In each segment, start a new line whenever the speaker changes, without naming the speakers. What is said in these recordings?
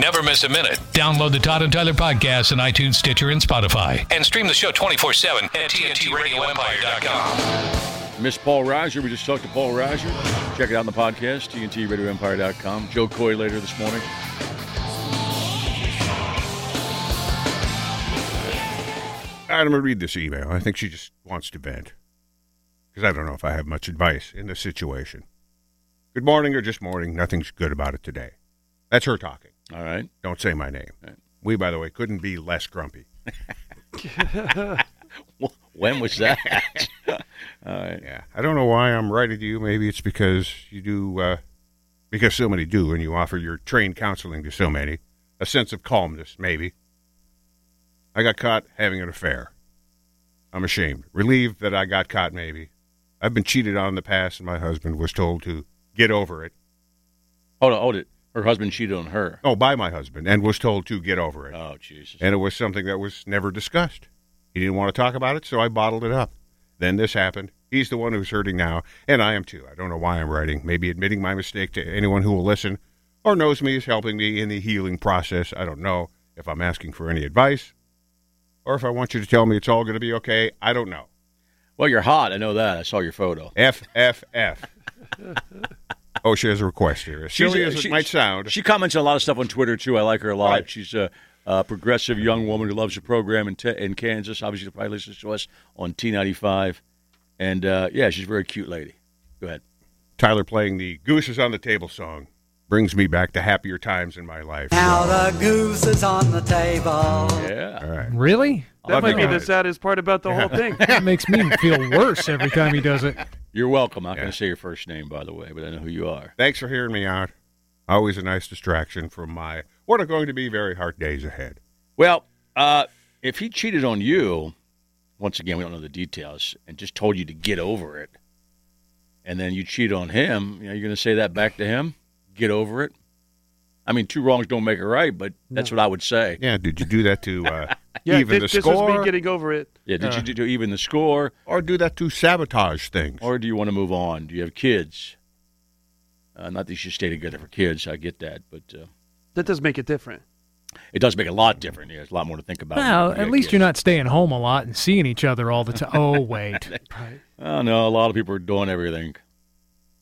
Never miss a minute.
Download the Todd and Tyler podcast on iTunes, Stitcher, and Spotify.
And stream the show 24 7 at TNTRadioEmpire.com.
Miss Paul Roger. We just talked to Paul Roger. Check it out on the podcast, TNTRadioEmpire.com. Joe Coy later this morning.
I'm going to read this email. I think she just wants to vent because I don't know if I have much advice in this situation. Good morning or just morning. Nothing's good about it today. That's her talking.
All right.
Don't say my name. We, by the way, couldn't be less grumpy.
Wh- When was that? All right.
Yeah. I don't know why I'm writing to you. Maybe it's because you do, uh, because so many do, and you offer your trained counseling to so many. A sense of calmness, maybe. I got caught having an affair. I'm ashamed. Relieved that I got caught, maybe. I've been cheated on in the past, and my husband was told to get over it.
Hold on. Hold it. Her husband cheated on her.
Oh, by my husband, and was told to get over it.
Oh, Jesus.
and it was something that was never discussed. He didn't want to talk about it, so I bottled it up. Then this happened. He's the one who's hurting now, and I am too. I don't know why I'm writing. Maybe admitting my mistake to anyone who will listen or knows me is helping me in the healing process. I don't know if I'm asking for any advice or if I want you to tell me it's all going to be okay. I don't know.
Well, you're hot. I know that. I saw your photo.
F, F, F. oh, she has a request here. As silly as it
she-
might sound,
She comments on a lot of stuff on Twitter too. I like her a lot. She's a, a progressive young woman who loves the program in, te- in Kansas. Obviously, she probably listens to us on T ninety five, and uh, yeah, she's a very cute lady. Go ahead.
Tyler playing the Goose is on the Table song brings me back to happier times in my life.
Now the goose is on the table.
Yeah.
All right.
Really?
I'll
That might
be
be the
honest.
saddest part about the whole thing.
That makes me feel worse every time he does it.
You're welcome. I'm not
Yeah.
going to say your first name, by the way, but I know who you are.
Thanks for hearing me out. Always a nice distraction from my what are going to be very hard days ahead.
Well, uh, if he cheated on you, once again, we don't know the details, and just told you to get over it, and then you cheat on him, you know, you're going to say that back to him? Get over it? I mean, two wrongs don't make a right, but that's what I would say.
Yeah, did you do that to uh,
Yeah,
even
thi- this
the
is me
score,
getting over it.
Yeah, did
Uh.
you do- do even the score,
or do that to sabotage things?
or do you want to move on? Do you have kids? Uh, not that you should stay together for kids. I get that, but uh,
That does make it different.
it does make a lot different. Yeah, there's a lot more to think about.
Well,
when you
at
got
least
kids.
you're not staying home a lot and seeing each other all the time. Oh, wait.
Oh no, a lot of people are doing everything,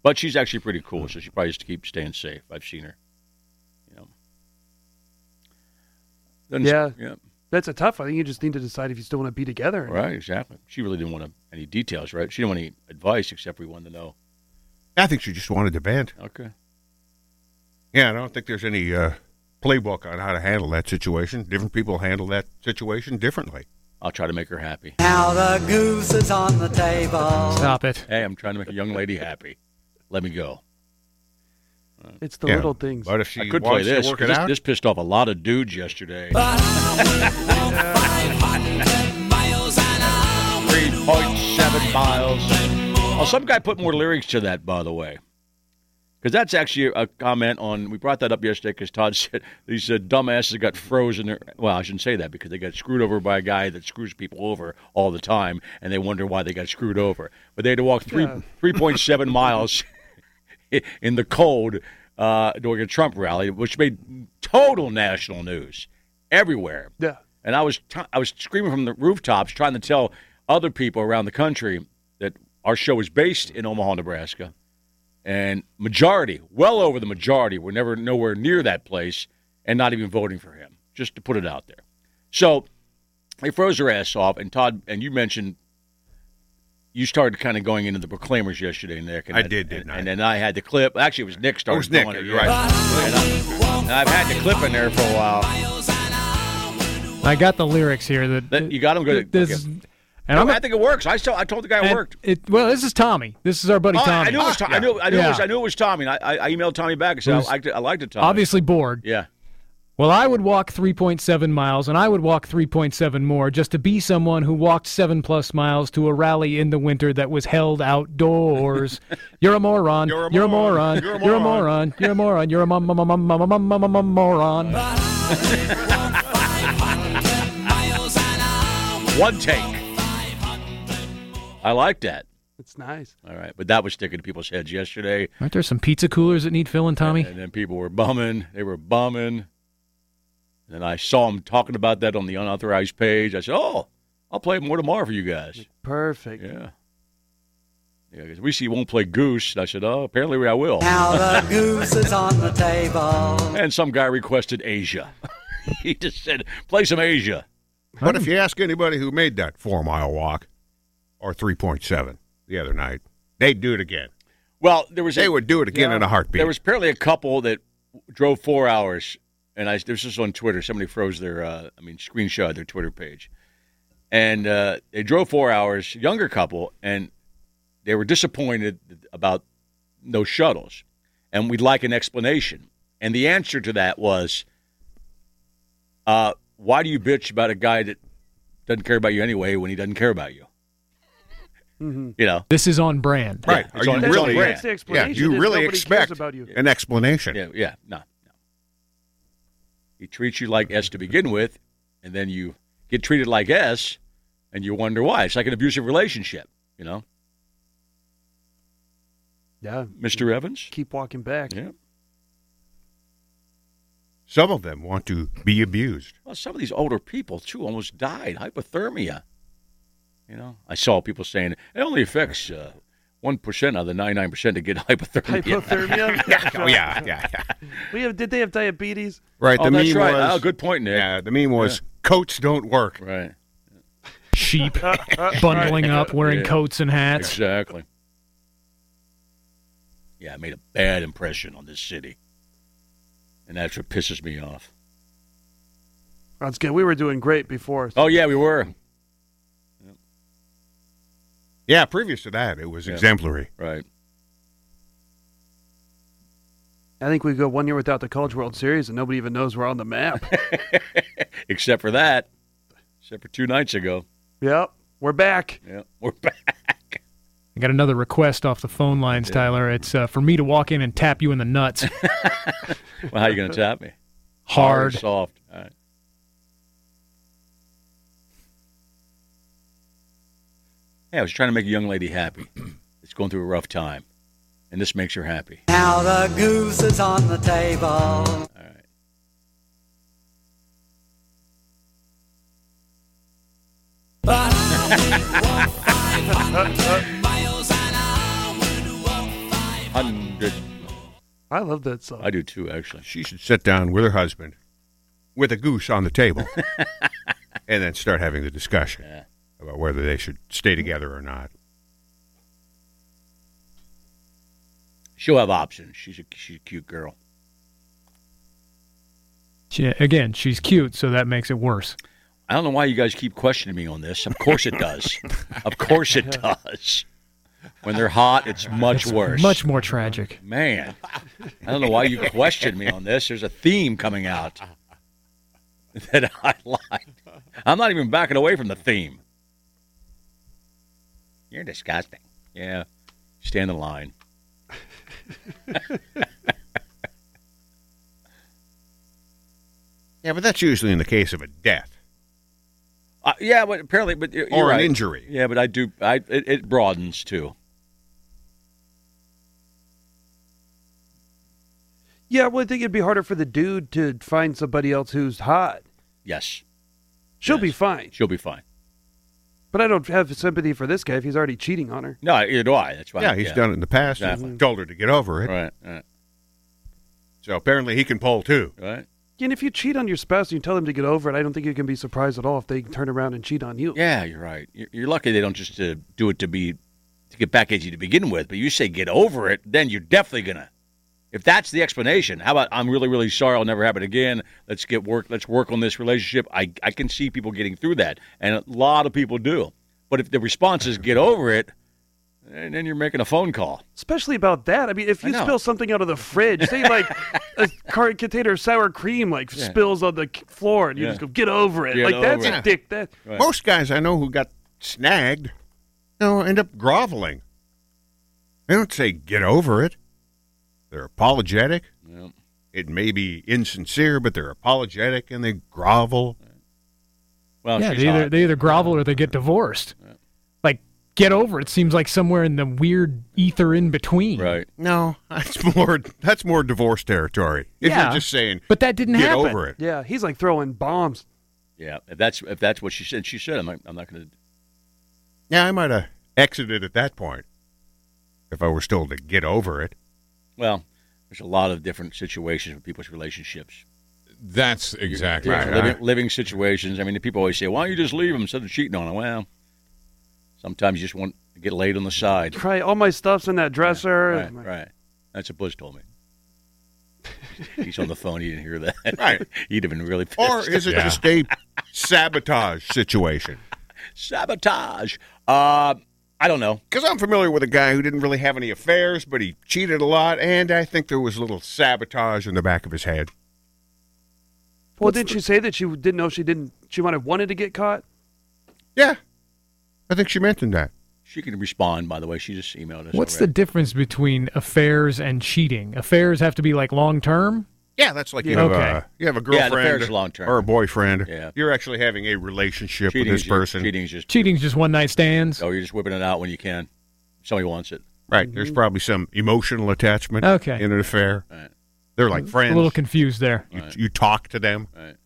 but she's actually pretty cool, so she probably just keeps staying safe. I've seen her. You know. Doesn't-
Yeah.
Yeah.
That's a tough one. You just need to decide if you still want to be together. or not.
Right. Exactly. She really didn't want to, any details, right? She didn't want any advice except we wanted to know.
I think she just wanted to vent.
Okay.
Yeah, I don't think there's any uh, playbook on how to handle that situation. Different people handle that situation differently.
I'll try to make her happy.
Now the goose is on the table.
Stop it.
Hey, I'm trying to make a young lady happy. Let me go.
It's the
Yeah.
little things.
But if she
I could play
wants
this.
to work
'cause
it
this,
out,
this pissed off a lot of dudes yesterday. Three point seven miles. Oh, some guy put more lyrics to that, by the way, because that's actually a comment on. We brought that up yesterday because Todd said these uh, dumbasses got frozen. Or, well, I shouldn't say that because they got screwed over by a guy that screws people over all the time, and they wonder why they got screwed over. But they had to walk three
Yeah.
three point seven miles in the cold uh, during a Trump rally, which made total national news everywhere.
yeah.
And I was t- I was screaming from the rooftops, trying to tell other people around the country that our show is based in Omaha, Nebraska, and majority, well over the majority, were never nowhere near that place, and not even voting for him. Just to put it out there, so they froze their ass off. And Todd, and you mentioned you started kind of going into the Proclaimers yesterday, Nick. And
I did, didn't
and,
I?
And then I had the clip. Actually, it was Nick started
It was Nick,
going
you're right.
And, I, and I've had the clip in there for a while.
I got the lyrics here. That,
That- you got 'em? Good.
This,
Okay.
And I'm
I think it works. I still, I told the guy it
and
worked.
It, well, this is Tommy. This is our buddy
Oh, I-
Tommy.
I knew it was Tommy. I knew, I knew, it was,
Yeah.
I knew it was Tommy. And I, I I emailed Tommy back and said I
Who's-
liked it. I liked it, Tommy.
Obviously bored.
yeah.
Well, I would walk 3.7 miles, and I would walk 3.7 more just to be someone who walked seven plus miles to a rally in the winter that was held outdoors. You're a moron.
You're a
moron. You're a moron. You're a moron. You're a mum- mum- mum- mum- mum- mum- mum- moron.
One take. I like that.
It's nice.
All right, but that was sticking to people's heads yesterday,
Aren't there some pizza coolers that need filling, Tommy?
and then people were bumming. They were bumming. And I saw him talking about that on the unauthorized page. I said, "Oh, I'll play more tomorrow for you guys."
Perfect.
Yeah. Yeah, 'cause we see you won't play goose. And I said, "Oh, apparently I will."
Now the goose is on the table.
And some guy requested Asia. he just said, "Play some Asia."
But if you ask anybody who made that four mile walk or 3.7 the other night, they'd do it again.
Well, there was a-
They would do it again in a heartbeat.
There was apparently a couple that drove four hours, and I this was on Twitter. Somebody froze their, uh, I mean, screenshot their Twitter page, and uh, they drove four hours. Younger couple, and they were disappointed about no shuttles, and we'd like an explanation. And the answer to that was, uh, why do you bitch about a guy that doesn't care about you anyway when he doesn't care about you? You know,
This is on brand.
right.
it's
Are
on-
you
Mm-hmm. That's,
it's on
really?
brand.
that's the
Yeah,
explanation.
you
is
really
nobody
expect
cares about you.
an explanation.
Yeah, yeah, no, no. He treats you like S to begin with, and then you get treated like S, and you wonder why. It's like an abusive relationship, you know,
Yeah.
Mister Evans.
Keep walking back.
Yeah.
Some of them want to be abused.
Well, some of these older people too almost died hypothermia. You know, I saw people saying it only affects uh, one of the ninety nine percent to get hypothermia.
Hypothermia.
Oh, yeah, yeah, yeah.
We have. Did they have diabetes?
Right.
Oh,
the
that's
meme
right.
was.
oh, good point, Nick.
Yeah, the meme was coats don't work.
Right.
Sheep bundling up, wearing
Yeah.
coats and hats.
Exactly. Yeah, I made a bad impression on this city. And that's what pisses me off.
That's good. We were doing great before.
Oh, yeah, we were.
Yeah, previous to that, it was
Yeah.
exemplary.
Right.
I think we go one year without the College World Series, and nobody even knows we're on the map.
Except for that. Except for two nights ago.
yep, we're back.
Yeah, we're back.
I got another request off the phone lines, Tyler. It's uh, for me to walk in and tap you in the nuts
Well, how you going to tap me?
hard.
or soft. All right. Yeah, I was trying to make a young lady happy. It's going through a rough time. And this makes her happy.
Now the goose is on the table.
All right. Hundred.
I love that song.
I do too, actually.
She should sit down with her husband with a goose on the table and then start having the discussion
Yeah.
about whether they should stay together or not.
She'll have options. She's a she's a cute girl.
She, again, she's cute, so that makes it worse.
I don't know why you guys keep questioning me on this. Of course it does. of course it does. When they're hot, it's much
It's
worse.
Much more tragic.
Man, I don't know why you questioned me on this. There's a theme coming out that I like. I'm not even backing away from the theme. You're disgusting. Yeah, stand in line.
Yeah, but that's usually in the case of a death
Uh, yeah, but apparently, but you're,
or
you're
an
right.
injury.
Yeah, but I do. I it, it broadens too.
yeah, well, I think it'd be harder for the dude to find somebody else who's hot.
Yes,
She'll
Yes.
be fine,
she'll be fine.
but I don't have sympathy for this guy if he's already cheating on her.
No, neither do I. That's why.
Yeah, he's done it in the past.
Exactly.
Told her to get over it.
Right, right,
So apparently he can pull too.
right.
And if you cheat on your spouse and you tell them to get over it, I don't think you can be surprised at all if they turn around and cheat on you.
Yeah, you're right. You're, you're lucky they don't just uh, do it to be to get back at you to begin with. But you say get over it, then you're definitely gonna. If that's the explanation, how about I'm really, really sorry. I'll never happen again. Let's get work. Let's work on this relationship. I I can see people getting through that, and a lot of people do. But if the response is get over it, and then you're making a phone call.
Especially about that. I mean, if
I
you
know.
spill something out of the fridge, say like a car- container of sour cream like spills on the k- floor, and you
Yeah.
just go get over it.
Get
like that's
over
a
it.
dick. That
Right.
Most guys I know who got snagged, you know, end up groveling. They don't say get over it. They're apologetic.
Yeah.
It may be insincere, but they're apologetic and they grovel.
Well,
yeah,
Oh, she's
they either,
hot.
they either grovel or they get divorced. Like get over. It seems like somewhere in the weird ether in between.
Right.
No, that's more that's more divorce territory. If
Yeah.
you're just saying,
But that didn't
get
happen.
over it.
Yeah, he's like throwing bombs.
Yeah. If that's if that's what she said, she said I'm not, I'm not going to.
Yeah, I might have exited at that point if I were still to get over it.
Well, there's a lot of different situations with people's relationships.
That's exactly
Right,
right.
living, living situations. I mean, the people always say, "Why don't you just leave them instead of cheating on them?" Well, sometimes you just want to get laid on the side.
Try all my stuff's in that dresser.
Right,
I'm like,
right. That's what Bush told me. He's on the phone. He didn't hear that.
Right.
He'd have been really pissed.
Or is it
Yeah.
just a sabotage situation?
sabotage. Uh, I don't know.
Because I'm familiar with a guy who didn't really have any affairs, but he cheated a lot, and I think there was a little sabotage in the back of his head.
Well, didn't you say that she didn't know she didn't? She might have wanted to get caught.
Yeah, I think she mentioned that.
She can respond. By the way, she just emailed us.
What's the difference between affairs and cheating? Affairs have to be like long term.
Yeah, that's like you
Yeah.
have
Okay.
a you have
Yeah, the
a girlfriend
fair's long-term.
or a boyfriend.
Yeah.
you're actually having a relationship
cheating?
with
is
this
ju-
person.
cheating is just
Cheating's just one night stands.
oh, you're just whipping it out when you can. Somebody wants it.
Right. There's probably some emotional attachment
Okay.
in an affair.
Mm-hmm. Right.
They're like friends.
A little confused there.
you, you talk to them
Right.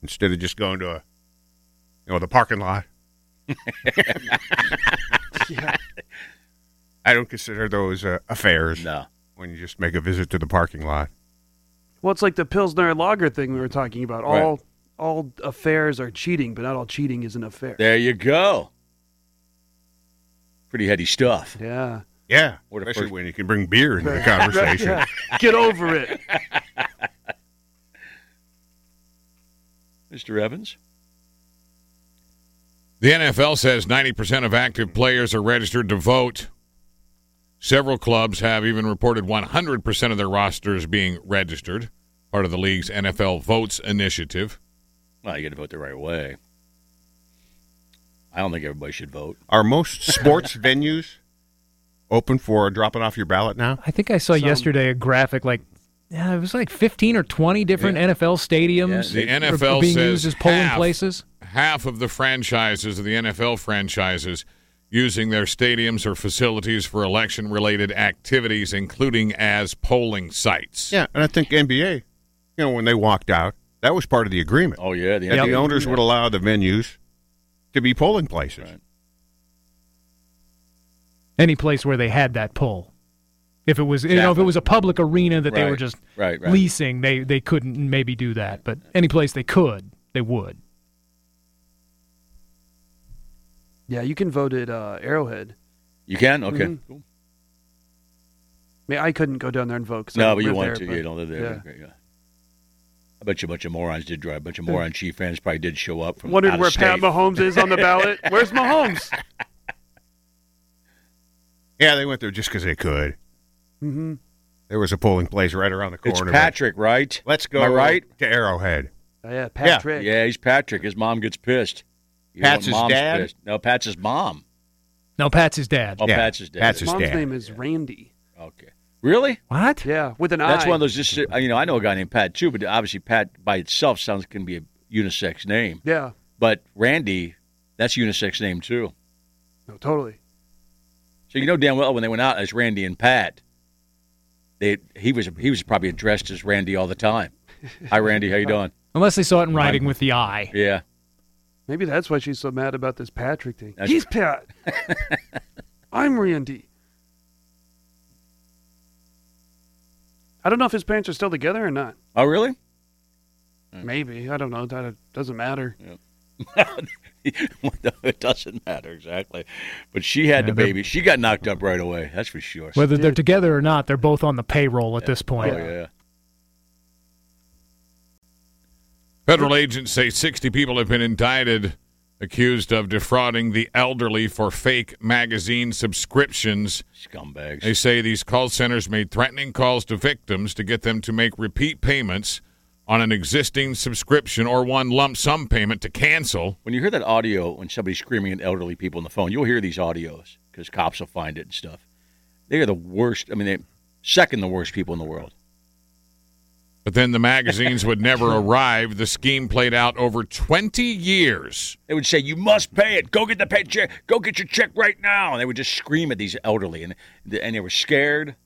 instead of just going to a, you know, the parking lot. I don't consider those uh, affairs
No.
when you just make a visit to the parking lot.
Well, it's like the Pilsner Lager thing we were talking about.
Right.
All all affairs are cheating, but not all cheating is an affair.
There you go. Pretty heady stuff.
Yeah.
Yeah,
What a
especially
first-
when you can bring beer into the conversation.
Yeah. Get over it.
Mr. Evans?
The NFL says 90% of active players are registered to vote. Several clubs have even reported 100% of their rosters being registered, part of the league's NFL Votes initiative.
Well, you got to vote the right way. I don't think everybody should vote.
Are most sports venues open for dropping off your ballot now?
I think I saw
Some-
yesterday a graphic like yeah, it was like 15 or 20 different NFL stadiums
The
are- are
NFL
being
says
used as polling
half
places.
half of the franchises of the NFL franchises using their stadiums or facilities for election related activities, including as polling sites.
Yeah, and I think NBA, you know, when they walked out, that was part of the agreement.
Oh, yeah. The
that
NFL
the owners would allow the venues to be polling places.
Right.
any place where they had that pull. If it was, you know, if it
Exactly.
was a public arena that they were
Right,
just
right, right.
leasing, they they couldn't maybe do that. But any place they could, they would.
Yeah, you can vote at uh, Arrowhead.
You can? Okay.
Mhm.
Cool.
I mean, I couldn't go down there and vote. 'cause I
No,
don't
but you
live
want
there,
to.
but-
You don't live there.
yeah.
Okay, yeah. I bet you a bunch of morons did drive. A bunch of moron Chief fans probably did show up from out
Wondered
of
where Pat
state.
Mahomes is on the ballot. Where's Mahomes?
Yeah, they went there just because they could.
Mm-hmm.
There was a polling place right around the
It's
corner. but
Patrick, right?
Let's go
Am I right?
to Arrowhead.
Oh, yeah, Patrick.
Yeah, he's Patrick. His mom gets pissed. You know
Pat's
what
his
mom's
dad?
Pissed. No, Pat's his mom.
No, Pat's his dad.
Oh,
Yeah,
Pat's his dad.
Pat's his-
Mom's
dad.
name is Randy.
okay. Really?
What?
Yeah, with an
That's
I.
one of those. Just uh, you know, I know a guy named Pat too, but obviously Pat by itself sounds can be a unisex name.
Yeah,
But Randy, that's a unisex name too.
no, totally.
So you know damn well when they went out as Randy and Pat, they he was he was probably addressed as Randy all the time. Hi Randy, how you doing?
Unless they saw it in writing with the eye.
Yeah,
Maybe that's why she's so mad about this Patrick thing.
That's-
He's Pat. I'm Randy. I don't know if his parents are still together or not.
Oh really? Mm.
Maybe I don't know. That it doesn't matter.
it doesn't matter exactly. But she had the baby. She got knocked up right away. That's for sure.
Whether they're together or not, they're both on the payroll at this
oh
point.
yeah.
Federal agents say 60 people have been indicted accused of defrauding the elderly for fake magazine subscriptions.
Scumbags.
They say these call centers made threatening calls to victims to get them to make repeat payments on an existing subscription or one lump sum payment to cancel.
When you hear that audio when somebody's screaming at elderly people on the phone, you'll hear these audios because cops will find it and stuff. They are the worst. I mean, they second the worst people in the world.
But then the magazines would never arrive. The scheme played out over 20 years.
They would say, "You must pay it. Go get the pay check. Go get your check right now." And they would just scream at these elderly, and and they were scared.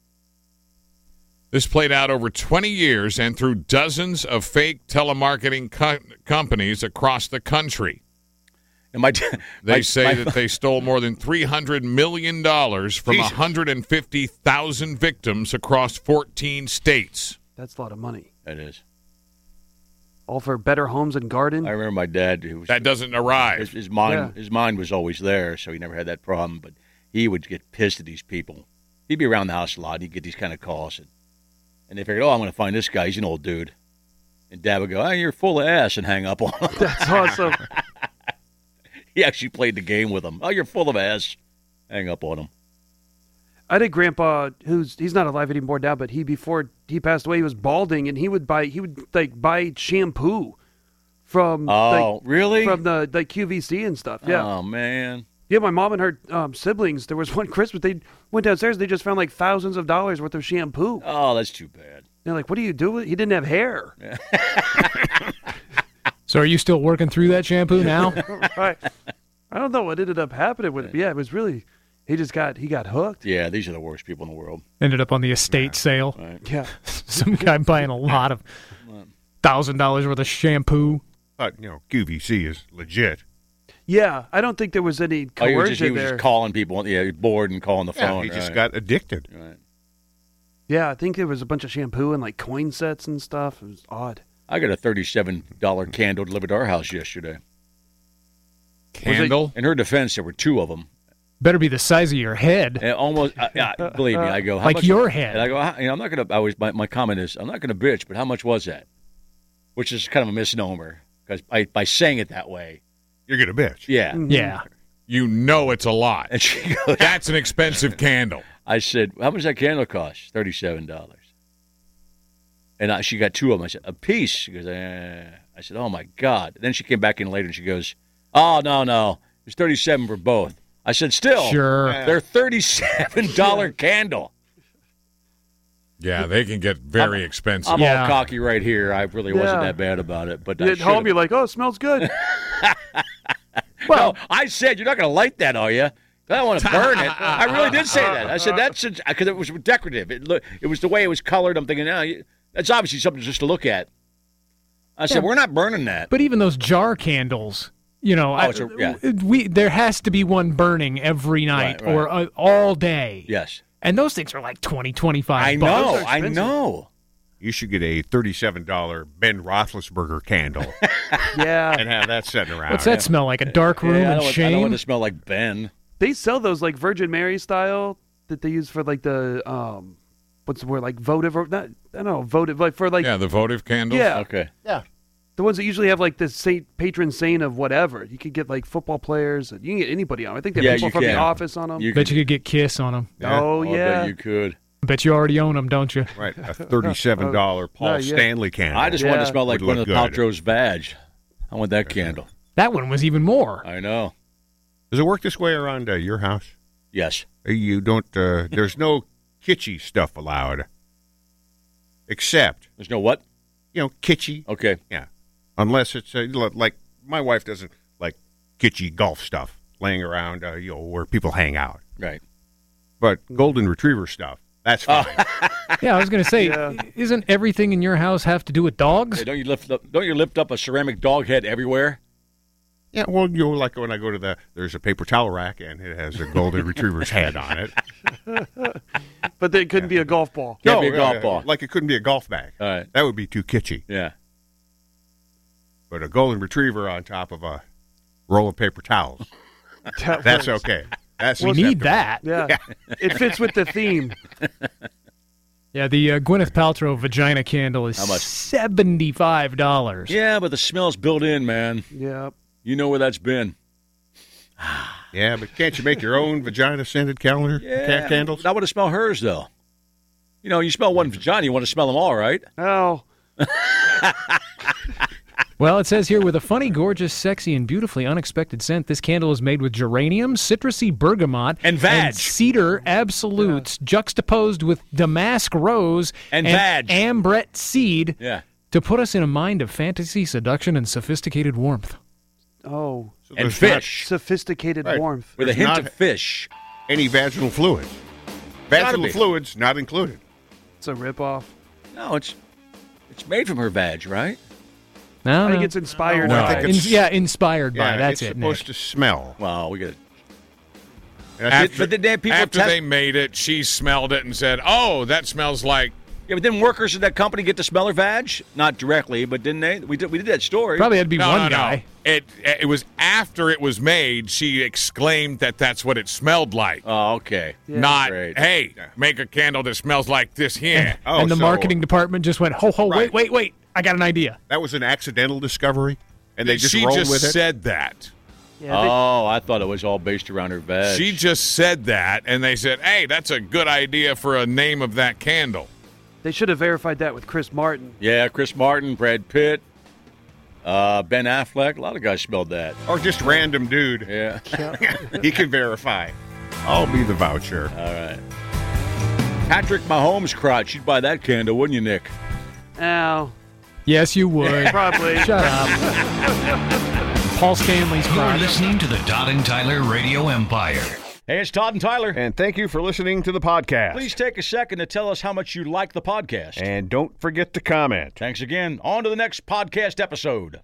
This played out over 20 years and through dozens of fake telemarketing co- companies across the country.
And my
They
my-
say
my-
that they stole more than $300 million from
Jesus.
150,000 victims across 14 states.
That's a lot of money.
that is.
All for better homes and garden.
I remember my dad. Who was,
That doesn't
his,
arrive.
his mind
Yeah.
his mind was always there, so he never had that problem. But he would get pissed at these people. He'd be around the house a lot. And he'd get these kind of calls, and, and they figured, "Oh, I'm going to find this guy. He's an old dude." And Dad would go, "Oh, you're full of ass," and hang up on him.
That's awesome.
he actually played the game with him. Oh, you're full of ass. Hang up on him.
I had a grandpa who's he's not alive anymore now, but he before he passed away, he was balding, and he would buy he would like buy shampoo from
Oh, really?
like, from the like QVC and stuff. Yeah,
Oh man.
yeah. My mom and her um, siblings. There was one Christmas they went downstairs. They just found like thousands of dollars worth of shampoo.
Oh, that's too bad.
They're like, "What do you do with?" He didn't have hair.
So are you still working through that shampoo now?
right. I don't know what ended up happening with it. But yeah, it was really he just got he got hooked.
Yeah, these are the worst people in the world.
Ended up on the estate sale.
Yeah.
Some guy buying a lot of thousand dollars worth of shampoo.
But you know, QVC is legit.
Yeah, I don't think there was any
Oh,
coercion
he was just, he was
there.
just calling people. Yeah, he was bored and calling the
Yeah,
phone.
he just
right.
got addicted.
Right.
yeah, I think there was a bunch of shampoo and like coin sets and stuff. It was odd.
I got a thirty-seven dollar candle delivered to our house yesterday.
Candle?
In her defense, there were two of them.
Better be the size of your head.
And almost, I, I, believe me, I go how
Like
much-
your head.
And I go, "How- you know, I'm not gonna. I always my, my comment is, I'm not gonna bitch, but how much was that? Which is kind of a misnomer because by, by saying it that way,
You're gonna bitch.
yeah.
Mm-hmm.
Yeah.
You know it's a lot.
And she goes,
That's an expensive candle.
I said, how much does that candle cost? Thirty-seven dollars. And I, she got two of them. I said, a piece. She goes, eh. I said, oh my god. then she came back in later and she goes, oh no no, it's thirty-seven for both. I said, still,
Sure.
they're thirty-seven dollar candle.
Yeah, they can get very expensive.
I'm
Yeah.
all cocky right here. I really wasn't
Yeah.
that bad about it, but I
At home,
should've-
you're like, oh, it smells good.
Well, I said you're not going to light that, are you? I don't want to burn it. I really did say that. I said that's because it was decorative. It look, it was the way it was colored. I'm thinking, oh, you- that's obviously something just to look at. I said we're not burning that.
But even those jar candles, you know, I-
Oh, it's a- yeah.
we there has to be one burning every night
Right, right.
or uh, all day.
Yes,
And those things are like 20, 25
I
bucks.
know,
are
I
expensive.
know.
You should get a thirty-seven dollar Ben Roethlisberger candle
yeah,
and have that sitting around.
What's that smell like? A dark room
Yeah, I,
and
don't want, I don't want
shame?
to smell like Ben.
they sell those like Virgin Mary style that they use for like the um, what's the word like votive or not? I don't know, votive like for like
yeah, the votive candles.
Yeah.
Okay,
the ones that usually have like the saint patron saint of whatever. You could get like football players. And you can get anybody on. 'em. I think they have
Yeah,
people
you
from
can.
the office on them.
you
Bet you could get Kiss on them.
Oh
I bet
Um, yeah,
you could.
Bet you already own them, don't you?
Right, a thirty-seven dollar Paul
No, yeah.
Stanley candle.
I just wanted to
Yeah.
smell like
Would
one of
look
the
good.
Paltrow's badge. I want that candle.
That one was even more.
I know.
Does it work this way around uh, your house?
Yes.
You don't. Uh, there's no kitschy stuff allowed, except
There's no what?
you know kitschy.
Okay.
Yeah, unless it's uh, li- like my wife doesn't like kitschy golf stuff laying around, uh, you know, where people hang out.
Right.
But golden retriever stuff,
Oh.
that's fine.
Yeah, I was going to say,
Yeah.
isn't everything in your house have to do with dogs?
Hey, don't you lift up? Don't you lift up a ceramic dog head everywhere?
Yeah, well, you know, like when I go to the there's a paper towel rack and it has a golden retriever's head on it.
but they couldn't be a golf ball.
Can't be a golf
uh,
ball.
like it couldn't be a golf bag.
All right.
That would be too kitschy.
Yeah.
But a golden retriever on top of a roll of paper towels,
That
that's
works.
okay. That's
we need that.
acceptable.
Yeah. it fits with the theme.
Yeah, the uh, Gwyneth Paltrow vagina candle is
How much?
$75.
Yeah, but the smell's built in, man.
Yeah.
You know where that's been.
Yeah, but can't you make your own vagina scented calendar ca- candles?
I want to smell hers though. You know, you smell one vagina, you want to smell them all, right?
Oh,
Well, it says here with a funny, gorgeous, sexy, and beautifully unexpected scent, this candle is made with geranium, citrusy bergamot,
And vag.
cedar absolutes juxtaposed with damask rose
And vag.
ambrette seed
Yeah.
to put us in a mind of fantasy, seduction, and sophisticated warmth.
Oh,
So
And
there's not
fish
sophisticated
Right.
warmth.
with a
There's
hint
not-
of fish.
any vaginal fluids.
Gotta
Vaginal
be.
fluids not included.
It's a ripoff.
No, it's it's made from her vag, right?
No,
I think
no.
it's inspired
No, I
by.
think
In-
it's-
yeah, inspired by.
Yeah,
That's
it's
it. Nick.
supposed to smell.
Well, we got.
And I
After,
think-
but did they have people
after
test-
they made it, she smelled it and said, "Oh, that smells like."
Yeah, but didn't workers at that company get to smell her vag? Not directly, but didn't they? We did. We did that story.
Probably had to be
no,
one
no, no.
guy.
It it was after it was made. She exclaimed that that's what it smelled like.
Oh, okay.
Not
Great.
hey, make a candle that smells like this here.
Oh,
and the
so
marketing department just went, ho, ho, wait,
Right.
wait, wait. I got an idea.
That was an accidental discovery, and they just
she
rolled
just
with it.
said that.
Yeah, they-
Oh, I thought it was all based around her vag.
She just said that, and they said, "Hey, that's a good idea for a name of that candle."
they should have verified that with Chris Martin.
Yeah, Chris Martin, Brad Pitt, uh, Ben Affleck. A lot of guys smelled that.
or just random dude.
Yeah.
he can verify. I'll be the voucher.
Patrick Mahomes crotch. You'd buy that candle, wouldn't you, Nick?
Oh,
Yes, you would.
probably.
Shut up. Paul Stanley's
You're
crotch.
listening to the Todd and Tyler Radio Empire.
Hey, it's Todd and Tyler.
And thank you for listening to the podcast.
Please take a second to tell us how much you like the podcast.
And don't forget to comment.
Thanks again. On to the next podcast episode.